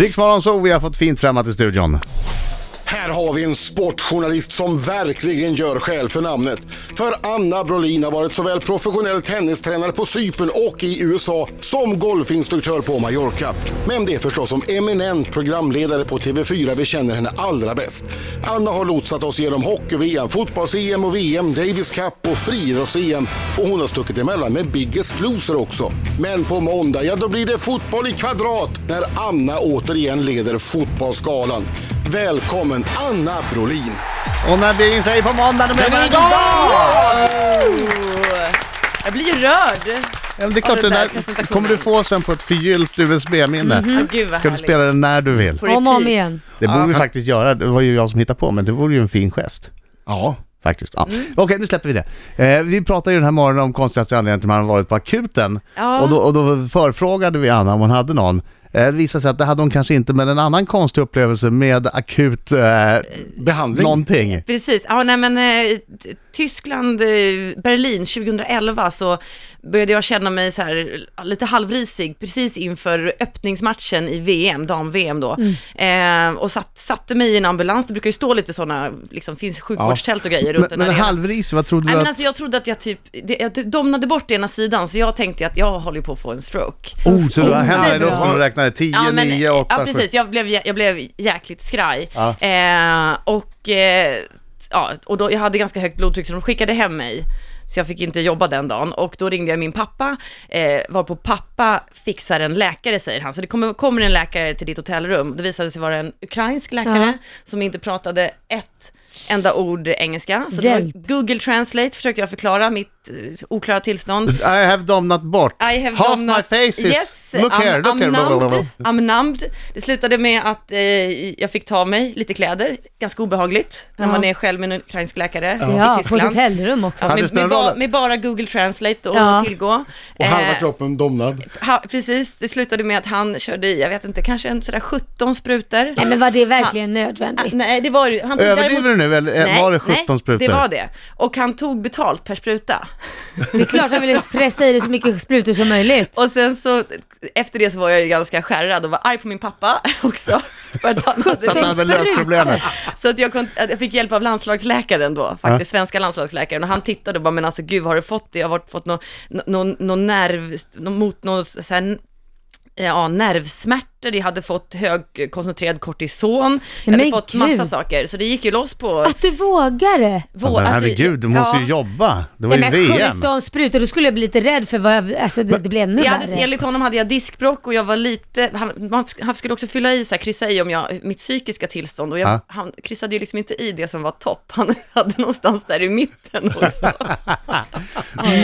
Riksmorgon så vi har fått fint främmat i studion. Här har vi en sportjournalist som verkligen gör skäl för namnet. För Anna Brolin har varit såväl professionell tennistränare på Cypern och i USA som golfinstruktör på Mallorca. Men det är förstås som eminent programledare på TV4 vi känner henne allra bäst. Anna har lotsat oss genom hockey-VM, fotbolls-EM och VM, Davis Cup och friidrotts-EM och hon har stuckit emellan med Biggest Loser också. Men på måndag, ja då blir det fotboll i kvadrat när Anna återigen leder Fotbollsgalan. Välkommen Anna Brolin! Och när Bingen säger på måndag, då blir Men man igång! igång! Jag blir ju rörd. Ja, men det är klart, Ja, det den där här presentationen. Mhm. kommer du få sen på ett förgyllt USB-minne. Ja, gud, vad Ska du härligt. spela den när du vill. På Om och om repeat. igen. Det borde vi faktiskt göra, det var ju jag som hittade på, men det vore ju en fin gest. Ja. Faktiskt. Ja. Mm. Okej, nu släpper vi det. Eh, vi pratade ju den här morgonen om konstigaste anledningen till att man har varit på akuten. Ja. Och, då, och då förfrågade vi Anna om hon hade någon. Eh, det visade sig att det hade hon kanske inte, men en annan konstig upplevelse med akut eh, Behandling. någonting. Precis. Ja, nej, men, eh, t- Tyskland, eh, Berlin 2011 så började jag känna mig så här, eh, lite halvrisig precis inför öppningsmatchen i VM, dam-VM då. Eh, och satt, satte mig i en ambulans, det brukar ju stå lite sådana, liksom finns sjukvårdstält och grejer runt Men, den men arenan. halvrisig, vad trodde Nej, du men att... alltså, jag trodde att jag typ, det, jag domnade bort ena sidan så jag tänkte att jag håller ju på att få en stroke. Oh, så du har händerna i bra. luften och räknade 10, 9, 8, ja, precis. Jag blev, jä- jag blev jäkligt skraj. Ja. Eh, och eh, ja, och då, jag hade ganska högt blodtryck så de skickade hem mig. Så jag fick inte jobba den dagen och då ringde jag min pappa, eh, var på pappa fixar en läkare säger han. Så det kommer, kommer en läkare till ditt hotellrum. Det visade sig vara en ukrainsk läkare Ja. som inte pratade ett enda ord engelska. Så det Hjälp. var Google Translate försökte jag förklara mitt eh, oklara tillstånd. I have domnat bort. I have Half done my not- face is... Yes, look I'm, here, look I'm here. blah, blah, blah, blah. numbed, I'm numbed. Det slutade med att eh, jag fick ta mig lite kläder, ganska obehagligt när Ja. man är själv med en ukrainsk läkare i Ja, på ett Tyskland. hotellrum också. Ja, Hade du med, spelat med, ba, rollen? med bara Google Translate och Ja. tillgå. Och halva Eh, kroppen domnad. ha, precis, det slutade med att han körde i, jag vet inte, kanske en sådär 17 sprutor. Nej men var det verkligen nödvändigt? Ah, nej, det var ju... Han tog Överdriver däremot- du nu eller eh, Nej, var det 17 nej, sprutor? det var det. Och han tog betalt per spruta. Det är klart han ville pressa i dig så mycket sprutor som möjligt. Och sen så, efter det så var jag ju ganska skärrad och var arg på min pappa också. För att han För att han hade hade löst problemet. så att jag, kon- att jag fick hjälp av landslagsläkaren då, faktiskt, svenska landslagsläkaren. Och han tittade och bara, men alltså gud, vad har du fått det? Jag har varit- fått någon nå, nå, nå nerv, nå, mot någon så här, ja, nervsmärtor, jag hade fått hög koncentrerad kortison, jag hade men fått gud. massa saker. Så det gick ju loss på... Att du vågade! vår- Ja, men alltså, herregud, du måste ju jobba. Det var Nej ju men VM. 17 sprutor, då skulle jag bli lite rädd för vad jag, alltså det, det blev ännu Jag hade, värre. enligt honom hade jag diskbråck och jag var lite, han, man, han skulle också fylla i, så här, kryssa i om jag, mitt psykiska tillstånd och jag, Ja. han kryssade ju liksom inte i det som var topp, han hade någonstans där i mitten också.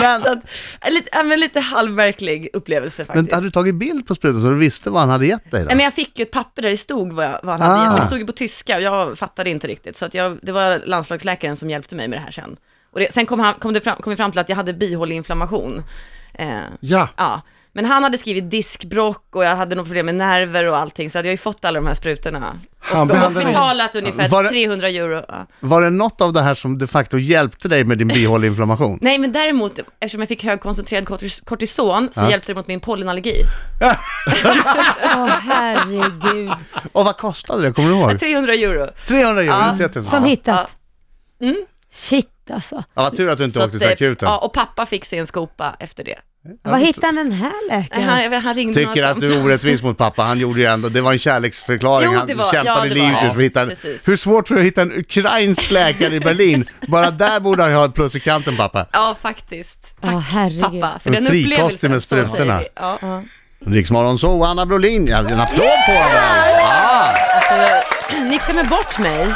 Men, så att, äh, lite, ja, men lite halvmärklig upplevelse men faktiskt. hade du tagit bild på sprutan så du visste vad han hade gett dig? Då? Nej, men jag fick ju ett papper där det stod vad, jag, vad han hade Ah. gett mig. Det stod ju på tyska och jag fattade inte riktigt. Så att jag, det var landslagsläkaren som hjälpte mig med det här sen. Och det, sen kom, han, kom, det fram, kom vi fram till att jag hade bihåleinflammation. Eh, Ja. Ja, men han hade skrivit diskbrock och jag hade något problem med nerver och allting, så hade jag ju fått alla de här sprutorna. Han och och behandlade- betalat ungefär Var det- 300 euro. Ja. Var det något av det här som de facto hjälpte dig med din bihåleinflammation? Nej, men däremot, eftersom jag fick hög koncentrerad kortis- kortison, så hjälpte det mot min pollenallergi. Åh herregud. Och vad kostade det, kommer du ihåg? 300 euro. 300 euro, ja. 30 Som ja. hittat. Mm. Shit alltså. ja, vad tur att du inte åkte till eh, akuten. ja, och pappa fick sig en skopa efter det. Var hittade han den här Nej, läkaren? Han, han ringde Tycker några att du är orättvis mot pappa, han gjorde ju ändå, det var en kärleksförklaring, Jo, han det var- ja, kämpade det var livet det. ur för att hitta en, Precis. Hur svårt tror du att hitta en ukrainsk läkare i Berlin? Bara där borde han ju ha ett plus i kanten pappa. Ja, faktiskt. Tack Ja, herregud. pappa för En den frikostig upplevelsen. med så säger sprutorna. vi. Ja. Riksmorgon så, Anna Brolin, ja, en applåd på honom! Ja, Alltså, ni klämmer bort mig.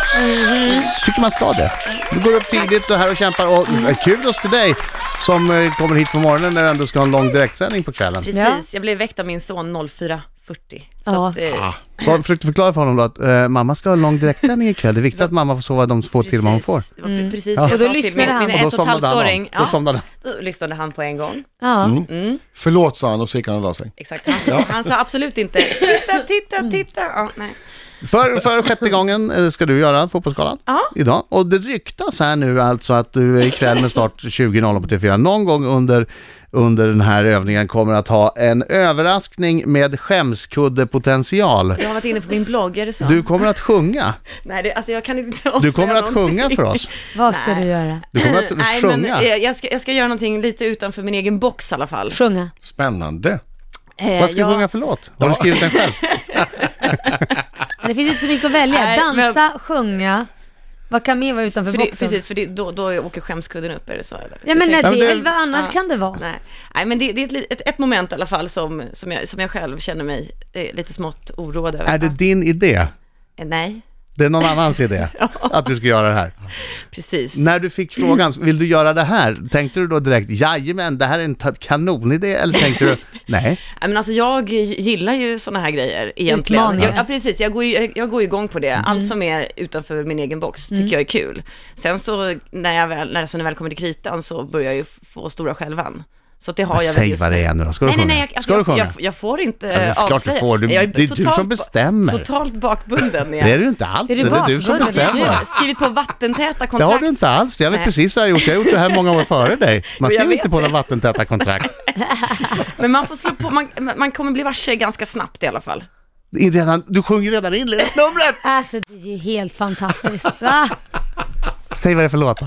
tycker man ska det. Du går upp tidigt och här och kämpar och eh, kudos till dig som eh, kommer hit på morgonen när du ändå ska ha en lång direktsändning på kvällen. Precis, Ja. jag blev väckt av min son 04.40. Så Ja. att, eh, Ah. Så jag försökte förklara för honom då att eh, mamma ska ha en lång direktsändning ikväll, det är viktigt att mamma får sova de få timmar hon får. Det var pre- precis Ja. det jag Och då sa till lyssnade min, han. min Mm. Och då ett och ett somnade halvt han åring. om. Då somnade han. då lyssnade han på en gång. Ja. Mm. Förlåt sa han och så gick han och la sig. Exakt. Han, sa- han sa absolut inte titta, titta, titta. Ja, nej. För, för sjätte gången eh, ska du göra Fotbollsgalan Ja. idag. Och det ryktas här nu alltså att du ikväll med start 20.00 på TV4 någon gång under, under den här övningen kommer att ha en överraskning med skämskuddepotential. Jag har varit inne på min blogg, är det så? Du kommer att sjunga. Nej, det, alltså jag kan inte Du kommer att avslöja sjunga för oss. Vad ska Nej. du göra? Du kommer att Nej, men sjunga. eh, jag ska, jag ska göra någonting lite utanför min egen box i alla fall. Sjunga. Spännande. Eh, Vad ska du jag- sjunga för låt? Har du skrivit den själv? Men Det finns inte så mycket att välja. Nej, men- Dansa, sjunga. Vad kan mer vara utanför För det, boxen? precis, för det, då, då åker skämskudden upp, är det så? Eller? Ja men nej, Ja, men det är det- väl vad annars Ja. kan det vara? Nej. Nej, men det, det är ett, li- ett, ett moment i alla fall som, som, jag, som jag själv känner mig eh, lite smått oroad över. Är det din idé? Eh, Nej, Det är någon annans idé att du ska göra det här. precis. När du fick frågan, vill du göra det här? Tänkte du då direkt, jajamän, det här är en ta- kanonidé, eller tänkte du, nej? Nej, men alltså jag gillar ju sådana här grejer egentligen. Utmaningar. Jag, ja, precis. Jag går, ju, jag- jag går ju igång på det. Allt som är utanför min egen box tycker jag är kul. Sen så när jag väl, när, sen när jag väl kommer till kritan så börjar jag ju få stora skälvan. Så att det har jag väl Säg just vad nu. det är nu då, ska du Nej, nej, sjunga? nej, jag, alltså, ska du jag, sjunga? jag, jag får inte det är eh, klart du avslöja. får. Du- Jag det är du som bestämmer. Totalt bakbunden. är det är Jag. du inte alls, Är det du är du som bakbunden? Jag bestämmer. har skrivit på vattentäta kontrakt. Det har du inte alls, jag vet Nej. precis vad jag har gjort, jag har gjort det här många år före dig. Man Jo, jag skriver inte vet på några vattentäta kontrakt. Men man får slå på, man, man kommer bli varse ganska snabbt i alla fall. Det är Redan, du sjunger redan in numret! Alltså det är ju helt fantastiskt. Va? Säg vad det är för låt då.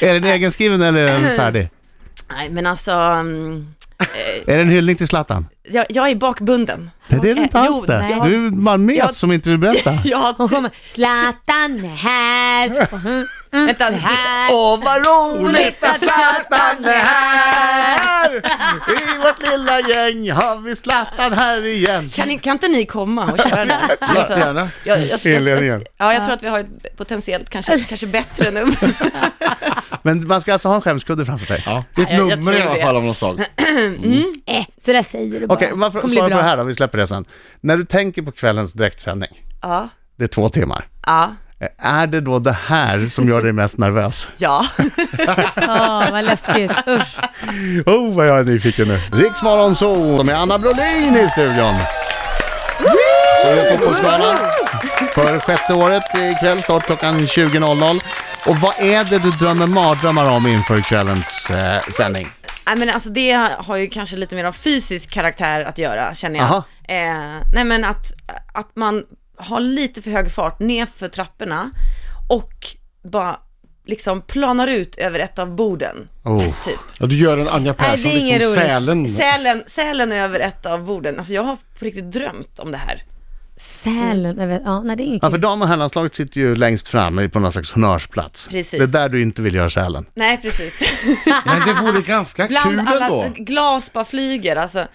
Är den egenskriven eller är den färdig? Nej, men alltså, mm, Är det en hyllning till Zlatan? jag, jag är bakbunden. Nej, det är det inte Eh, alls jo, det. nej. Du är malmes Jag- som inte vill berätta. Jag har typ- Hon kommer, Zlatan är här. och hon- mm, Vänta, är här. Åh vad roligt att Zlatan är här! I vårt lilla gäng har vi Zlatan här igen. Kan, ni, kan inte ni komma och köra den? Alltså, gärna. Jag, jag, Inledningen. ja, jag tror att vi har ett potentiellt kanske, kanske bättre nummer. Men man ska alltså ha en skämskudde framför sig? Ja. Det är ett Ja, jag- jag nummer tror i alla det. fall av något slag. Eh, så där säger du bara. Okej, varför Kommer bli svara på bra. det här då, vi släpper det sen. När du tänker på kvällens direktsändning, Ja, det är två timmar. ja, Eh, Är det då det här som gör dig mest nervös? ja. Ja, vad läskigt. Usch. Oh, vad jag är nyfiken nu. Riksmorgon så med Anna Brolin i studion. Så är det Fotbollsgalan för sjätte året ikväll, start klockan 20.00. Och vad är det du drömmer mardrömmar om inför kvällens eh, sändning? Nej, men alltså det har ju kanske lite mer av fysisk karaktär att göra, känner jag. Aha. Eh, nej, men att, att man har lite för hög fart nerför trapporna och bara liksom planar ut över ett av borden. Oh. Typ. Ja, du gör en Anja det är Persson, inget liksom roligt. Sälen. Sälen, sälen över ett av borden. Alltså jag har på riktigt drömt om det här. Sälen, jag vet- ja, nej det är inget Ja, för kul. dam och herrlandslaget sitter ju längst fram på någon slags honnörsplats. Precis. Det är där du inte vill göra sälen. Nej, precis. Men det vore ganska kul Bland alla ändå. glas bara flyger alltså.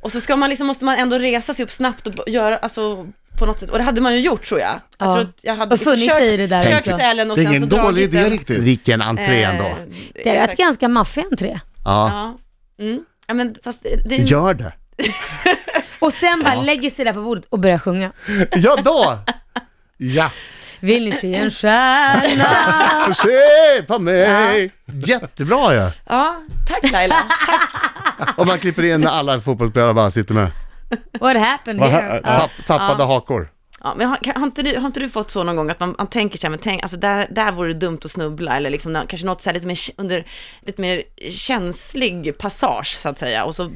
Och så ska man liksom, måste man ändå resa sig upp snabbt och b- göra, alltså på något sätt. Och det hade man ju gjort tror jag. Jag Ja. tror att jag hade Och funnit kört- sig i det där kört också. sälen och Det är sen ingen så dålig dragit idé den. riktigt. Vilken entré Eh, ändå. Det är exakt. ett ganska maffig entré. Ja. Ja. Mm. ja, men fast det, det är Gör det. Och sen bara lägger sig där på bordet och börjar sjunga. Ja, då! Ja. Vill ni se en stjärna? Se på mig! Jättebra ju! Ja. Ja, tack Laila. Om man klipper in alla fotbollsspelare bara sitter med. What happened Vad here? här- Tapp, tappade hakor. Ja, men har, kan- har, inte du, har inte du fått så någon gång att man, man tänker så här, men tänk, alltså där, där vore det dumt att snubbla eller liksom, nå- kanske något så här lite mer, k- under, lite mer känslig passage så att säga och så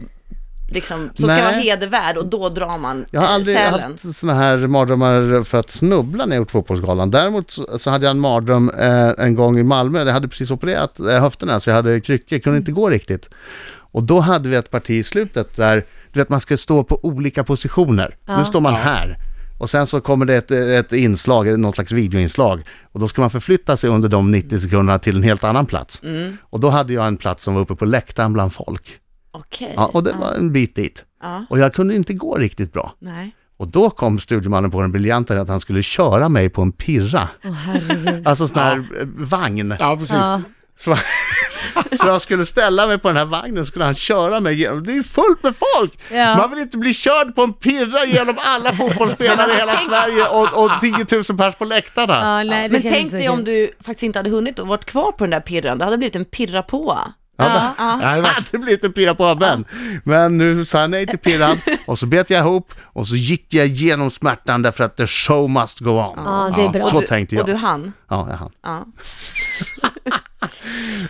liksom, som Nej. ska vara hedervärd och då drar man Jag har eh, aldrig sälen. haft såna här mardrömmar för att snubbla när jag gjort Fotbollsgalan. Däremot så, så hade jag en mardröm eh, en gång i Malmö. Jag hade precis opererat eh, höfterna så jag hade kryckor, kunde inte gå riktigt. Och då hade vi ett parti i slutet där, du vet man ska stå på olika positioner. Nu står man här. Och sen så kommer det ett, ett inslag, någon slags videoinslag. Och då ska man förflytta sig under de 90 sekunderna till en helt annan plats. Mm. Och då hade jag en plats som var uppe på läktaren bland folk. Okej. Ja, och det var en bit dit. Ja. Och jag kunde inte gå riktigt bra. Nej. Och då kom studiomannen på den briljanta att han skulle köra mig på en pirra. Åh herregud. Alltså sån här eh, vagn. ja, precis. Ja. Så, så jag skulle ställa mig på den här vagnen så skulle han köra mig genom. Det är ju fullt med folk! Ja. Man vill inte bli körd på en pirra genom alla fotbollsspelare i hela Sverige och, och 10 000 pers på läktarna. Ja, nej, det Men känns tänk inte så dig om kul. du faktiskt inte hade hunnit och varit kvar på den där pirran, det hade blivit en pirra på. Ja, ja. Jag hade alltid blivit en pirra på öven. Men nu sa jag nej till pirran och så bet jag ihop och så gick jag igenom smärtan därför att the show must go on. Ja, det är bra. Så Och du, tänkte Och du jag. hann. Ja, jag hann. Ja.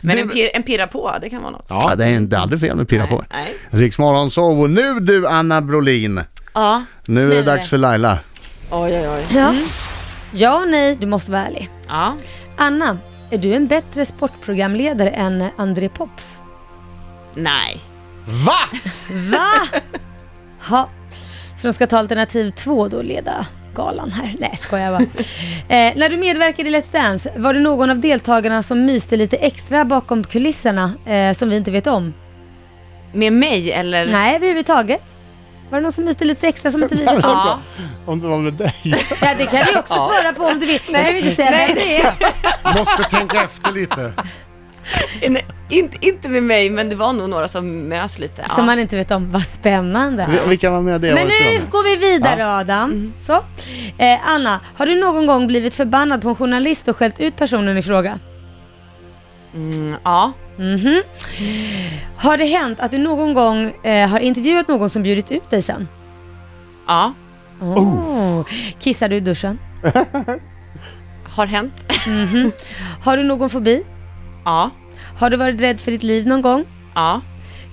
Men en, pir, en pirra på, det kan vara något. Ja, det är det är aldrig fel med pirra på. Nej. Riksmorgon så, och nu du Anna Brolin. Ja. Nu är det Smäller dags för Laila. Oj, oj, oj. Ja. Mm. ja och nej, du måste vara ärlig. Ja. Anna, är du en bättre sportprogramledare än André Pops? Nej. Va? Va? ha. Så de ska ta alternativ två då, leda galan här. Nej, skojar bara. eh, när du medverkade i Let's Dance, var det någon av deltagarna som myste lite extra bakom kulisserna eh, som vi inte vet om? Med mig eller? Nej, överhuvudtaget. Var det någon som myste lite extra som inte vi vet om? Ja. Om det var med dig. Ja, det kan vi också svara på om du vill. Nej, jag vill inte säga vem det är. Måste tänka efter lite. Eh, Nej, inte, inte med mig, men det var nog några som mös lite. Ja. Som man inte vet om. Vad spännande. Vilka var med det Men året nu då? går vi vidare Adam. Så. Eh, Anna, har du någon gång blivit förbannad på en journalist och skällt ut personen i fråga? Mm, ja. Mhm. Har det hänt att du någon gång eh, har intervjuat någon som bjudit ut dig sen? ja. Oh. Kissar du i duschen? Har hänt. Har du någon fobi? Ja. Har du varit rädd för ditt liv någon gång? Ja.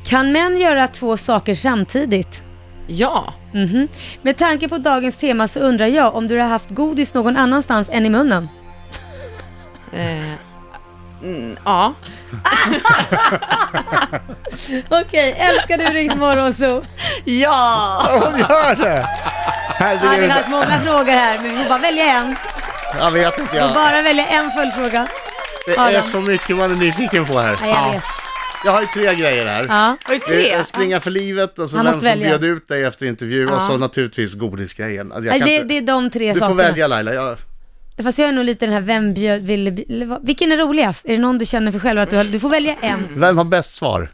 Kan män göra två saker samtidigt? Ja. Mhm. Med tanke på dagens tema så undrar jag om du har haft godis någon annanstans än i munnen? Eh, mm, ja. Okej, älskar du Rix Morgonzoo? Ja! Hon gör det! Ja, det Herregud, fanns många frågor här, men vi får bara välja en. jag vet inte Vi får jag. bara välja en följdfråga. Det är Adam. så mycket man är nyfiken på här. Ja, jag vet. Jag har ju tre grejer här. Ja. Var det Det tre? är Springa för livet och så Han vem som måste välja. bjöd ut dig efter intervju och så naturligtvis godisgrejen. Alltså, jag Nej, kan det, inte- det är de tre Du får sakerna. välja Laila. Jag... Fast jag är nog lite den här, vem bjöd, ville, ville- vad- vilken är roligast? Är det någon du känner för själv att du har, du får välja en. Vem har bäst svar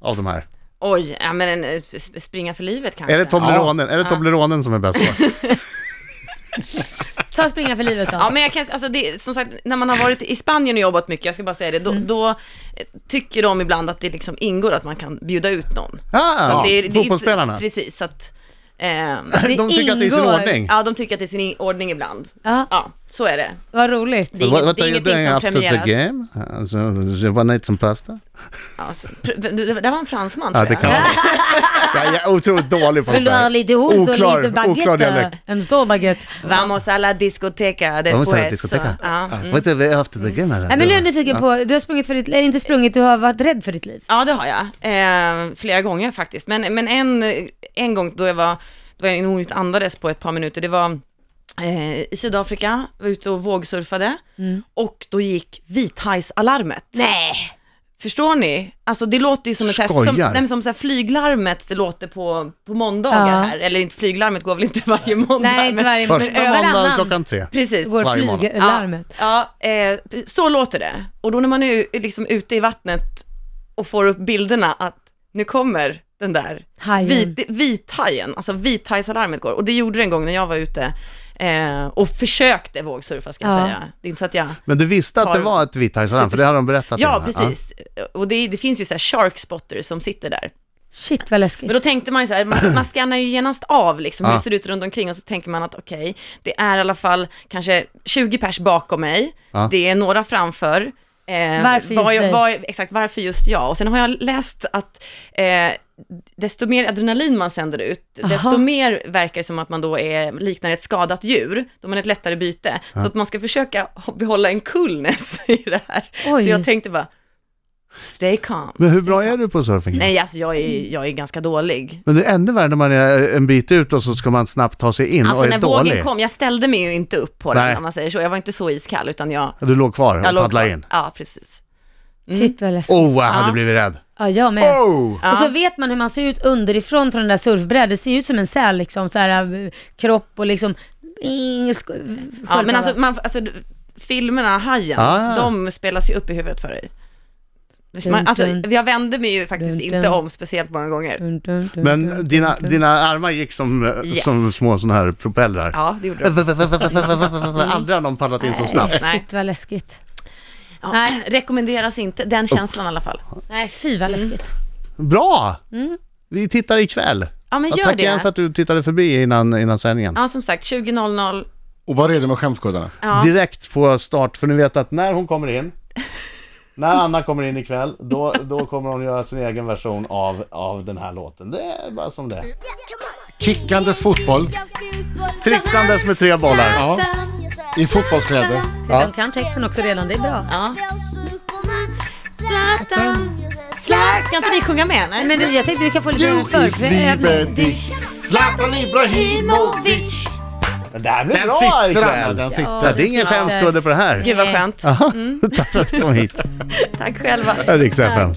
av de här? Oj, ja, men en, eh, sp- springa för livet kanske. Är det Tobleronen, är det Tobleronen som är bäst svar? Ta springa för livet då. Ja, men jag kan, alltså det, som sagt, när man har varit i Spanien och jobbat mycket, jag ska bara säga det, då, Mm. då eh, tycker de ibland att det liksom ingår att man kan bjuda ut någon. Så Ah, att det är- det är inte- fotbollsspelarna. Precis, så att... Eh, De tycker att det är i sin ingår. ordning. ja, de tycker att det är sin i- ordning ibland. Ja, Ja, så är det. vad roligt. Det är, inget, det är ingenting som after the premieras. game? Alltså, one night some pasta? Ja, så, pr- det det var en fransman, Ja, tror det kan jag. Ja, jag är otroligt dålig på Vill sånt du ha där. lite ost och lite Oklar, oklar baguette? dialekt. En stor baguette. Eh, Vamos a la discoteca Vamos después. a la discoteca. Så, ja. mm. Ah, What have we after the game? Nej, men nu är jag nyfiken på, du har sprungit för ditt liv, inte sprungit, du har varit rädd för ditt liv. Ja, det har jag. Eh, flera gånger faktiskt. Men, men en, en gång då jag var, då jag nog inte andades på ett par minuter, det var eh, i Sydafrika, var ute och vågsurfade Mm. och då gick vithajsalarmet. Nej! Förstår ni? Alltså det låter ju som, ett så här, Skojar. som, nej, men som så här flyglarmet det låter på, på måndagar Ja. här. Eller inte flyglarmet går väl inte varje måndag. Nej, inte men- varje, men Första måndagen varannan klockan tre. Precis. går varje morgon. flyglarmet. Ja, ja eh, så låter det. Och då när man är liksom ute i vattnet och får upp bilderna att nu kommer den där Hajen. vit, vithajen, alltså vithajsalarmet går. Och det gjorde det en gång när jag var ute eh, och försökte vågsurfa ska jag Ja. säga. Det är inte så att jag... Men du visste att det Har- var ett vitthajsalarm, för det hade de berättat Ja, innan. precis. Och det, är- det finns ju så här shark spotters som sitter där. Shit vad läskigt. Men då tänkte man ju så här, man, man skannar ju genast av liksom, hur Ja. det ser ut runt omkring och så tänker man att okej, det är i alla fall kanske 20 pers bakom mig, Ja. det är några framför. Eh, Varför var just jag, dig? var, jag- Exakt, varför just jag? Och sen har jag läst att eh, desto mer adrenalin man sänder ut, Aha. desto mer verkar det som att man då är, liknar ett skadat djur, då man är ett lättare byte. Så att man ska försöka behålla en coolness i det här. Oj. Så jag tänkte bara, stay calm. Men hur bra är du på surfing? Nej, alltså jag är, jag är ganska dålig. Men det är ännu värre när man är en bit ut och så ska man snabbt ta sig in Alltså och när är vågen dålig. kom, jag ställde mig ju inte upp på Nej. den om man säger så. Jag var inte så iskall utan jag, Du låg kvar och jag låg paddlade kvar. in. Ja, precis. Shit vad läskigt. Oh, jag hade Ja. blivit rädd. Ja, jag med. Oh! Och så vet man hur man ser ut underifrån från den där surfbrädan. Det ser ju ut som en säl liksom, så här, eh, kropp och liksom... ing- sk- Ja, men sköldpadda. alltså, man, alltså du- filmerna, Hajen, Ah. de spelas ju upp i huvudet för dig. Man, alltså, Dun, dun. jag vände mig ju faktiskt Dun, dun. inte om speciellt många gånger. Dun, dun, dun, dun, Men dun, dina, dun. dina armar gick som, eh, Mm. Yes. som små sådana här propellrar. Ja, det gjorde de. Aldrig har någon paddlat in så snabbt. Shit vad läskigt. Ja, Nej. Rekommenderas inte, den känslan i alla fall. Nej, fy vad läskigt. Bra! Vi tittar ikväll. Ja, Mm. men Jag gör tackar det. igen för att du tittade förbi innan, innan sändningen. Ja, som sagt, 20.00. Och var redo med skämskuddarna. Ja. Direkt på start, för ni vet att när hon kommer in, när Anna kommer in ikväll, då, då kommer hon göra sin egen version av, av den här låten. Det är bara som det är. Kickandes fotboll Trixandes med tre bollar. ja, i fotbollskläder. De kan texten också redan, det är bra. Ja. Ska inte ni sjunga med? Nej, Men du, jag tänkte vi kan få lite förprövning. Libedic, Zlatan Ibrahimovic. Det där blir Den bra sitter ikväll! Anna, den Ja, sitter. det är ingen femskudde på det här. Gud vad skönt. Tack för att du kom hit. Tack själva. Riks-FM.